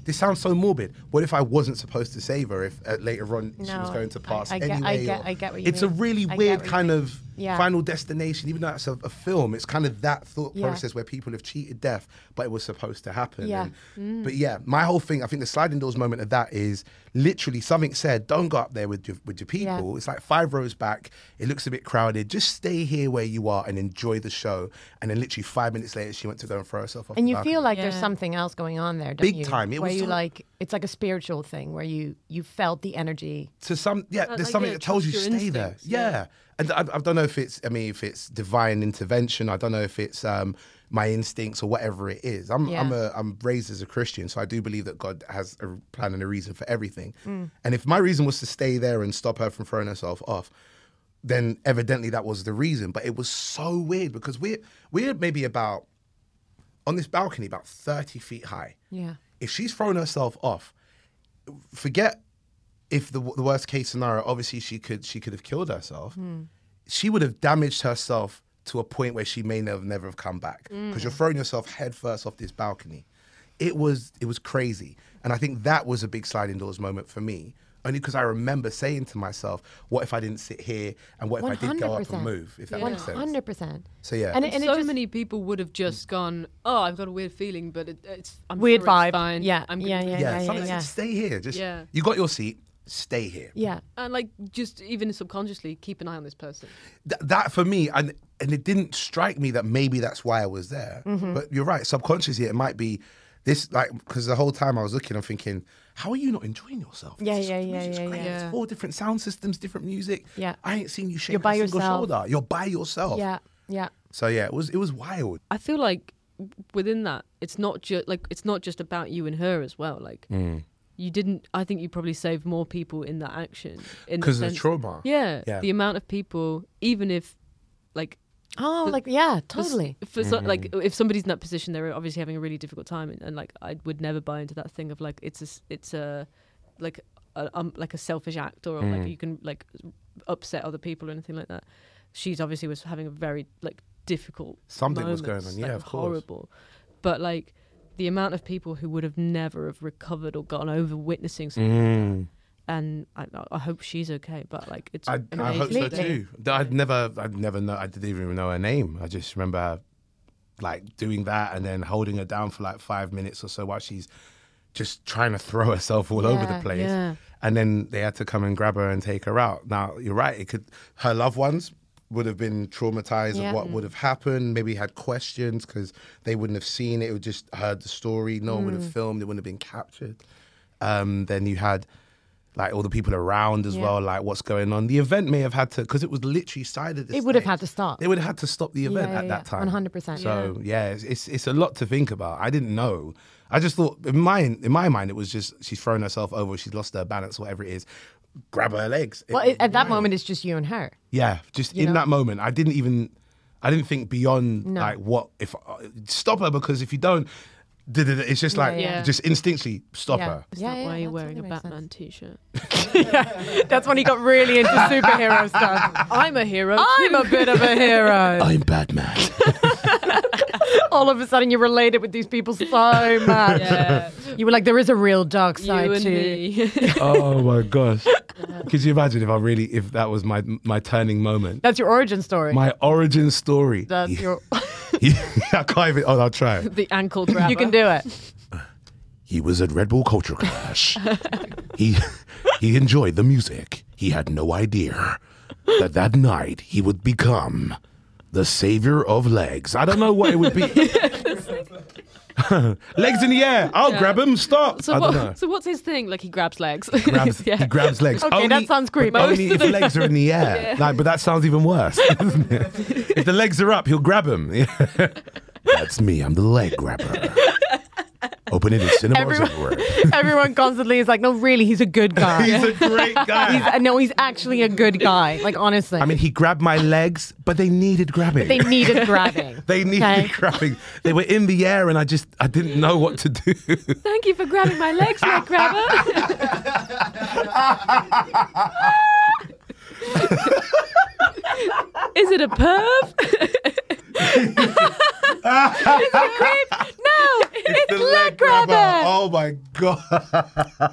G: This sounds so morbid. What if I wasn't supposed to save her? If uh, later on she
D: No,
G: was going to
D: I-
G: pass
D: I get- I
G: anyway.
D: get-
G: or-
D: I get what you
G: It's a
D: mean.
G: really
D: I get
G: weird
D: what you
G: kind
D: mean.
G: of
D: Yeah.
G: final destination. Even though it's a, a film, it's kind of that thought
D: Yeah.
G: process where people have cheated death, but it was supposed to happen.
D: Yeah.
G: And-
D: Mm.
G: But yeah, my whole thing. I think the sliding doors moment of that is literally something said. Don't go up there with your, with your people.
D: Yeah.
G: It's like five rows back. It looks a bit crowded. Just stay here where you are and enjoy the show. And then literally five minutes later, she went to go and throw herself off.
D: And
G: the
D: you
G: balcony.
D: feel like there's something else going on there, don't
G: Big
D: you?
G: time. It
D: where
G: was
D: you
G: so-
D: like it's like a spiritual thing where you you felt the energy.
G: to some yeah
D: Like-
G: there's
D: like,
G: something
D: yeah,
G: that tells you
D: trust
G: stay
D: your
G: there yeah. and I, I don't know if it's i mean if it's divine intervention i don't know if it's um my instincts or whatever it is i'm i'm
H: Yeah.
G: a i'm raised as a christian so i do believe that god has a plan and a reason for everything
D: Mm.
G: and if my reason was to stay there and stop her from throwing herself off then evidently that was the reason but it was so weird because we're we're maybe about on this balcony about 30 feet high
D: Yeah.
G: if she's thrown herself off, forget if the, the worst case scenario, obviously she could she could have killed herself. She would have damaged herself to a point where she may never never have come back because
H: Mm.
G: you're throwing yourself headfirst off this balcony. It was it was crazy, and I think that was a big sliding doors moment for me. Only because I remember saying to myself, "What if I didn't sit here, and what if I did go up and move?" If that makes sense.
D: 100%.
G: So yeah,
B: And, so many people would have
G: Mm.
B: just gone, "Oh, I've got a weird feeling, but it, it's I'm
D: Weird
B: sure it's
D: vibe.
B: fine.
D: Yeah,
B: I'm
D: yeah,
B: gonna-
D: yeah,
G: yeah, something like, stay here. Just
B: Yeah.
G: you got your seat. Stay here.
D: Yeah.
B: And like just even subconsciously keep an eye on this person.
G: Th- that for me, and and it didn't strike me that maybe that's why I was there.
D: Mm-hmm.
B: Mhm.
G: But you're right, subconsciously it might be this like because the whole time I was looking, I'm thinking, how are you not enjoying yourself?
D: Yeah,
G: This
D: yeah, yeah,
G: music's
D: yeah,
G: great.
D: yeah.
G: It's four different sound systems, different music.
D: Yeah.
G: I ain't seen you shake
D: You're by
G: a single
D: yourself.
G: shoulder. You're by yourself.
D: Yeah. Yeah.
G: So yeah, it was it was wild.
B: I feel like w- within that, it's not just like it's not just about you and her as well. Like
G: Mm.
B: you didn't. I think you probably saved more people in that action in
G: 'Cause of the
B: sense-
G: trauma.
B: Yeah,
G: Yeah.
B: the amount of people, even if like.
D: Oh, like, yeah, totally.
B: For, so- like,
G: Mm-hmm.
D: Mhm.
B: if somebody's in that position, they're obviously having a really difficult time, and, and like, I would never buy into that thing of like it's a, s- it's a, like, a, um, like a selfish act or like
D: Mm.
B: you can like upset other people or anything like that. She's obviously was having a very like difficult
G: Something was going
B: moments,
G: on, yeah,
B: like,
G: of course.
B: horrible. But like the amount of people who would have never have recovered or gone over witnessing something, like
G: Mm.
B: that. and I, I hope she's okay. But like it's
G: I, I hope so
B: amazing.
G: too. Th- I'd never, I'd never know. I didn't even know her name. I just remember, her, like doing that and then holding her down for like five minutes or so while she's just trying to throw herself all over the
H: Yeah,
G: place.
H: yeah.
G: And then they had to come and grab her and take her out. Now you're right. It could her loved ones would have been traumatized
H: Yeah.
G: of what would have happened. Maybe had questions because they wouldn't have seen it. It would just heard the story. No one would have
H: Mm.
G: filmed. It wouldn't have been captured. Um, then you had like all the people around as
D: Yeah.
G: well, like what's going on. The event may have had to because it was literally sided.
D: It would have had to stop.
G: They would have had to stop the
D: Yeah,
G: event
D: yeah,
G: at that
D: yeah.
G: time.
D: 100%.
G: So yeah, it's, it's it's a lot to think about. I didn't know. I just thought in my in my mind it was just she's thrown herself over, she's lost her balance, whatever it is. Grab her legs. It-
D: Well, it, at that moment, it's just you and her.
G: yeah, just
D: You
G: in
D: know?
G: that moment, I didn't even, I didn't think beyond
D: No.
G: uh, like what if stop her because if you don't, did it. It's just
B: Yeah,
G: like
B: yeah.
G: just instinctively stop
D: Yeah.
G: her.
B: Is that why you're wearing a Batman t-shirt?
D: That's when he got really into superhero stuff.
B: I'm a hero.
D: I'm
B: too.
D: a bit of a hero.
G: I'm Batman.
D: All of a sudden, you're related with these people so much.
B: Yeah.
D: You were like, there is a real dark
B: You
D: side
B: and
D: too.
B: me.
G: oh my gosh! Could you imagine if I really if that was my my turning moment?
D: That's your origin story.
G: My origin story.
D: That's your.
G: I can't even. Oh, I'll try. it.
B: the ankle grabber.
D: you can do it.
I: He was at Red Bull Culture Clash. he he enjoyed the music. He had no idea that that night he would become the savior of legs. I don't know what it would be.
G: Legs in the air. I'll
B: Yeah.
G: grab him. Stop. I
B: So,
G: don't know.
B: what, so what's his thing? Like he grabs legs.
G: grabs,
B: yeah.
G: He grabs legs.
D: Okay,
G: only,
D: that sounds creepy.
G: but Only if legs are in the air. Like, but that sounds even worse, doesn't it? If the legs are up, he'll grab them.
I: That's me. I'm the leg grabber. Open it in cinemas
D: Everyone-
I: everywhere.
D: Everyone constantly is like, no, really, he's a good guy.
G: He's a great guy.
D: He's- uh, no, he's actually a good guy. Like, honestly.
G: I mean, he grabbed my legs, but they needed grabbing.
D: they needed grabbing.
G: They needed
D: Okay.
G: grabbing. They were in the air, and I just I didn't know what to do.
B: Thank you for grabbing my legs, leg grabber. Is it a perv?
G: It's the leg grabber. Oh my god.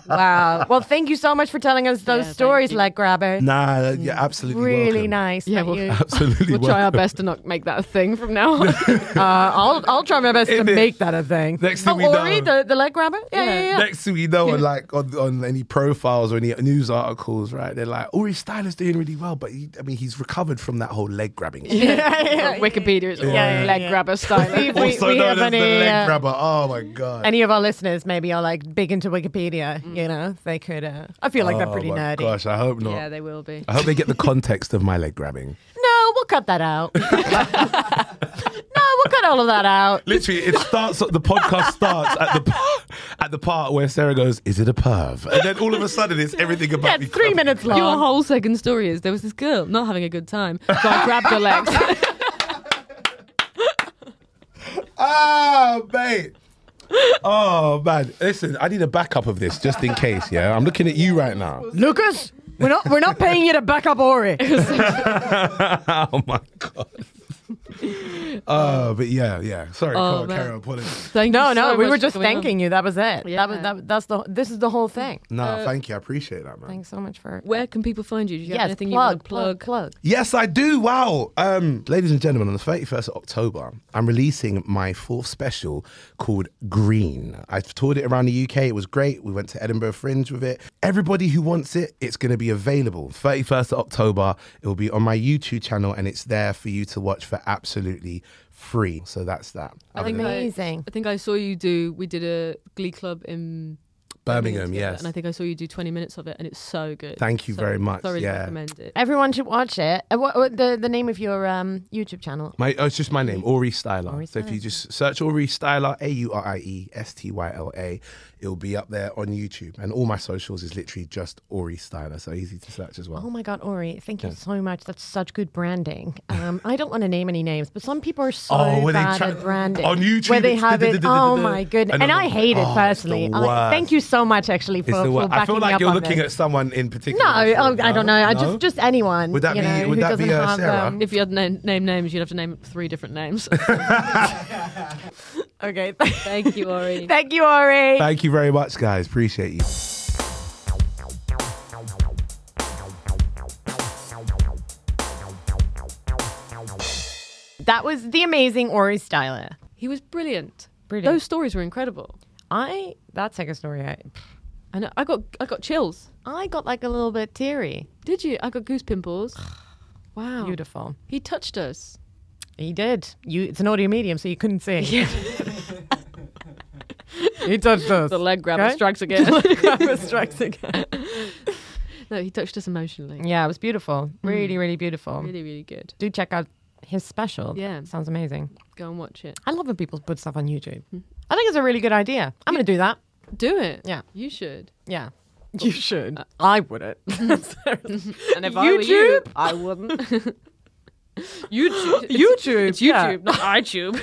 D: wow. Well, thank you so much for telling us those
B: Yeah, thank
D: stories,
B: you.
D: leg grabber.
G: Nah, that- you're absolutely
D: really
G: welcome.
D: nice.
B: Yeah,
D: that
B: well-
D: you-
G: Absolutely.
B: We'll try our
G: welcome.
B: best to not make that a thing from now on.
D: uh, I'll I'll try my best to
G: Isn't it?
D: make that a thing.
G: Next thing
D: oh,
G: we
D: Ori,
G: know-
D: the, the leg grabber. Yeah, yeah,
B: Yeah.
D: yeah.
G: Next thing we know, on like on, on any profiles or any news articles, right? They're like, "Oh, Uri Styler's doing really well, but he, I mean, he's recovered from that whole leg grabbing. Yeah.
B: Wikipedia is all
D: Yeah, yeah,
B: leg
D: yeah.
B: grabber style.
D: we-
G: also
D: we have
G: known as the
D: any,
G: leg
D: uh,
G: grabber. Oh my god!
D: Any of our listeners maybe are like big into Wikipedia.
B: Mm.
D: You know, they could. Uh, I feel like they're
G: oh
D: pretty
G: my
D: nerdy.
G: Gosh, I hope not.
B: yeah, they will be.
G: I hope they get the context of my leg grabbing.
D: No, we'll cut that out. no, we'll cut all of that out.
G: Literally, it starts. The podcast starts at the p- at the part where Sarah goes, "Is it a perv?" And then all of a sudden, it's everything about
D: That's
G: me.
D: three
G: grabbing.
D: minutes long.
B: Your whole second story is there was this girl not having a good time, so I grabbed her legs.
G: Ah, mate. Oh man, listen, I need a backup of this just in case. Yeah, I'm looking at you right now.
D: Lucas, we're not we're not paying you to back up Ori.
G: oh my god. Oh, but yeah, yeah. Sorry,
B: Oh,
G: Cole,
B: man.
G: carry on. Apologies.
B: Thank
D: No,
B: you
D: no,
B: so
D: we
B: much
D: were
B: for
D: just
B: coming on.
D: thanking you. That was it. That was
B: Yeah.
D: that, that's the this is the whole thing.
G: No, thank you. I appreciate that, man.
D: Thanks so much for
B: Where can people find you? Do you have
D: yes,
B: anything you
D: plug,
B: want to
D: plug, plug.
G: Yes, I do. Wow. Um, ladies and gentlemen, on the 31st of October, I'm releasing my fourth special called Green. I've toured it around the UK. It was great. We went to Edinburgh Fringe with it. Everybody who wants it, it's going to be available. 31st of October, it will be on my YouTube channel and it's there for you to watch for absolutely free. So that's that.
B: I think
D: Amazing.
B: I, I think I saw you do. We did a Glee Club in
G: Birmingham,
B: together,
G: yes.
B: And I think I saw you do 20 minutes of it, and it's so good.
G: Thank you
B: So
G: very much,
B: Thoroughly
G: yeah.
B: recommend it.
D: Everyone should watch it. Uh, what, what the the name of your um, YouTube channel?
G: My, oh, it's just my name, Ori Styler. So if you just search Ori Styler, A U R I E S T Y L A, it'll be up there on YouTube. And all my socials is literally just Ori Styler, so easy to search as well.
D: Oh my God, Ori! Thank you so much. That's such good branding. Um, I don't want to name any names, but some people are so
G: Oh, were they
D: bad
G: try-
D: at branding
G: on YouTube,
D: Where they
G: it's
D: have it. Oh my goodness!
G: And
D: And
G: on
D: I
G: the-
D: hate it
G: Oh, it's the
D: personally. I, thank
G: worst.
D: you so much, actually, for,
G: It's the
D: for
G: one.
D: backing
G: I feel
D: me
G: like
D: up
G: you're
D: on
G: looking
D: this.
G: at someone in particular.
D: No,
G: I'm sure.
D: oh, I don't know. I
G: No?
D: just just anyone.
G: Would that
D: you
G: be-
D: know,
G: would
D: who
G: that be,
D: doesn't
G: uh,
D: have,
G: Sarah?
D: Um,
B: If you had to name, name names, you'd have to name three different names.
D: okay.
B: Thank you, Ori.
D: Thank you, Ori.
G: Thank you very much, guys. Appreciate you.
D: That was the amazing Ori Styler.
B: He was brilliant.
D: Brilliant.
B: Those stories were incredible.
D: I that second story. I,
B: I know. I got I got chills.
D: I got like a little bit teary.
B: Did you? I got goose pimples. Wow.
D: Beautiful.
B: He touched us.
D: He did. You. It's an audio medium, so you couldn't see. he touched us.
B: The leg grabber
D: Okay.
B: strikes again.
D: strikes again.
B: no, he touched us emotionally.
D: Yeah, it was beautiful. Really, Hmm. really beautiful.
B: Really, really good.
D: Do check out his special.
B: Yeah.
D: sounds amazing.
B: Go and watch it.
D: I love when people put stuff on YouTube. I think it's a really good idea. I'm going to do that.
B: Do it.
D: Yeah.
B: You should.
D: Yeah. You should. I wouldn't.
B: And if I were you,
D: YouTube?
B: I wouldn't. YouTube.
D: YouTube,
B: It's YouTube,
D: yeah.
B: not iTube.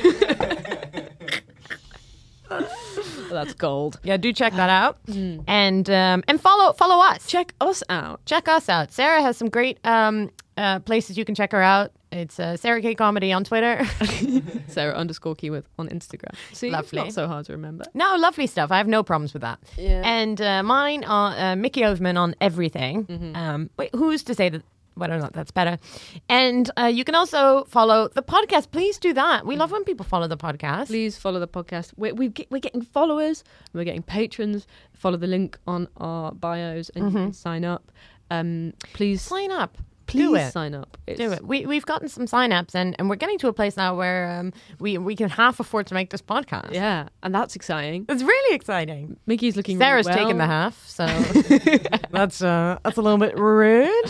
B: That's gold.
D: Yeah, do check that out, and um, and follow follow us.
B: Check us out.
D: Check us out. Sarah has some great um, uh, places you can check her out. It's uh, Sarah K Comedy on Twitter.
B: Sarah underscore Keyworth on Instagram. See, it's
D: Lovely.
B: not so hard to remember.
D: no, lovely stuff. I have no problems with that.
B: Yeah.
D: And uh, mine are uh, Mickey Overman on everything.
B: Mm-hmm.
D: Um, wait, who's to say that? Whether or not that's better. And uh, you can also follow the podcast. Please do that. We love when people follow the podcast.
B: Mm-hmm. Please follow the podcast. We're, we get, we're getting followers, and we're getting patrons. Follow the link on our bios and you can sign up. Um, please,
D: Sign up. Mm-hmm. do
B: please
D: it.
B: sign up. It's,
D: do it. We, we've gotten some sign-ups and, and we're getting to a place now where um, we, we can half afford to make this podcast.
B: Yeah, and that's exciting.
D: It's really exciting.
B: Mickey's looking.
D: Sarah's
B: really well.
D: taking the half, so that's uh, that's a little bit rude.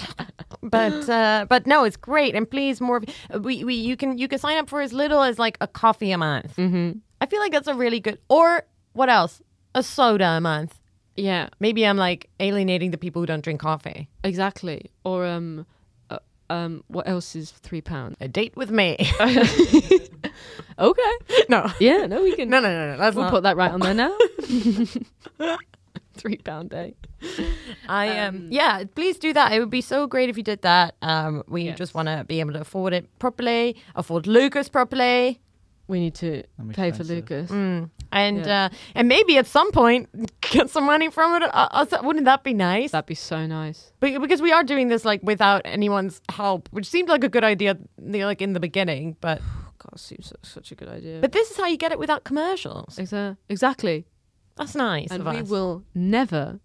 D: But uh, but no, it's great, and please more. of- We, we you can you can sign up for as little as like a coffee a month. Mm-hmm. I feel like that's a really good. Or what else? A soda a month.
B: Yeah,
D: Maybe I'm like alienating the people who don't drink coffee.
B: exactly. Or um, uh, um, what else is three pounds?
D: A date with me?
B: Okay.
D: no.
B: Yeah, no, we can.
D: No, no, no, no. That's
B: We'll
D: not.
B: put that right on there now. Three pound day.
D: I um yeah, please do that. It would be so great if you did that. Um, we
B: Yes.
D: just want to be able to afford it properly, afford Lucas properly,
B: We need to
E: I'm
B: pay for
E: expensive.
B: Lucas.
D: and
B: Yeah.
D: uh, and maybe at some point get some money from it. Uh, uh, so- wouldn't that be nice?
B: That'd be so nice.
D: Be- because we are doing this like without anyone's help, which seemed like a good idea you know, like in the beginning, but
B: Oh, God, seems su- such a good idea.
D: but this is how you get it without commercials.
B: Exa- exactly,
D: That's nice.
B: and
D: of
B: we
D: us.
B: will never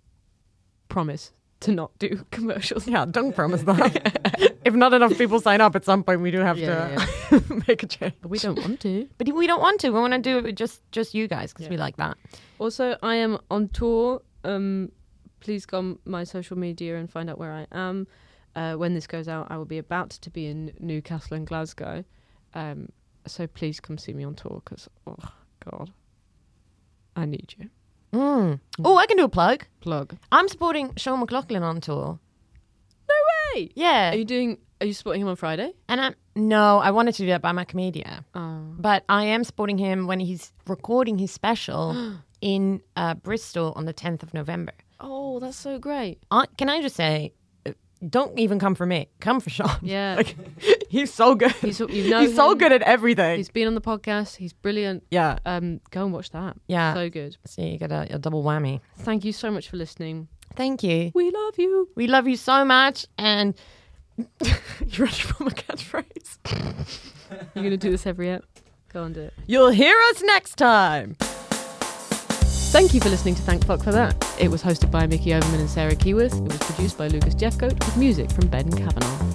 B: promise to not do commercials.
D: Yeah, don't promise that. if not enough people sign up, at some point we do have
B: Yeah,
D: to make a change.
B: But we don't want to.
D: But we don't want to. We want to do it with just just you guys because we like that.
B: Also, I am on tour. Um, please go on my social media and find out where I am. Uh, when this goes out, I will be about to be in Newcastle and Glasgow. Um, so please come see me on tour because, oh, God, I need you.
D: Oh, I can do a plug.
B: Plug.
D: I'm supporting Sean McLaughlin on tour.
B: No way!
D: Yeah,
B: Are you doing, are you supporting him on Friday?
D: and I'm no, I wanted to do that, but I'm at Comedia.
B: Oh.
D: But I am supporting him when he's recording his special in uh, Bristol on the 10th of November.
B: Oh, that's so great.
D: I, can I just say, uh, don't even come for me. Come for Sean.
B: Yeah.
D: like, he's so good.
B: He's, you know
D: He's so
B: him.
D: good at everything.
B: He's been on the podcast. He's brilliant.
D: yeah.
B: Um, go and watch that.
D: Yeah.
B: So good.
D: So you get a, a double whammy.
B: Thank you so much for listening.
D: Thank you.
B: We love you.
D: We love you so much. And you ready for my catchphrase?
B: You're going to do this every ep. Go and do it.
D: You'll hear us next time.
B: Thank you for listening to Thank Fuck for That. It was hosted by Mickey Overman and Sarah Keyworth. It was produced by Lucas Jeffcoat with music from Ben Cavanaugh.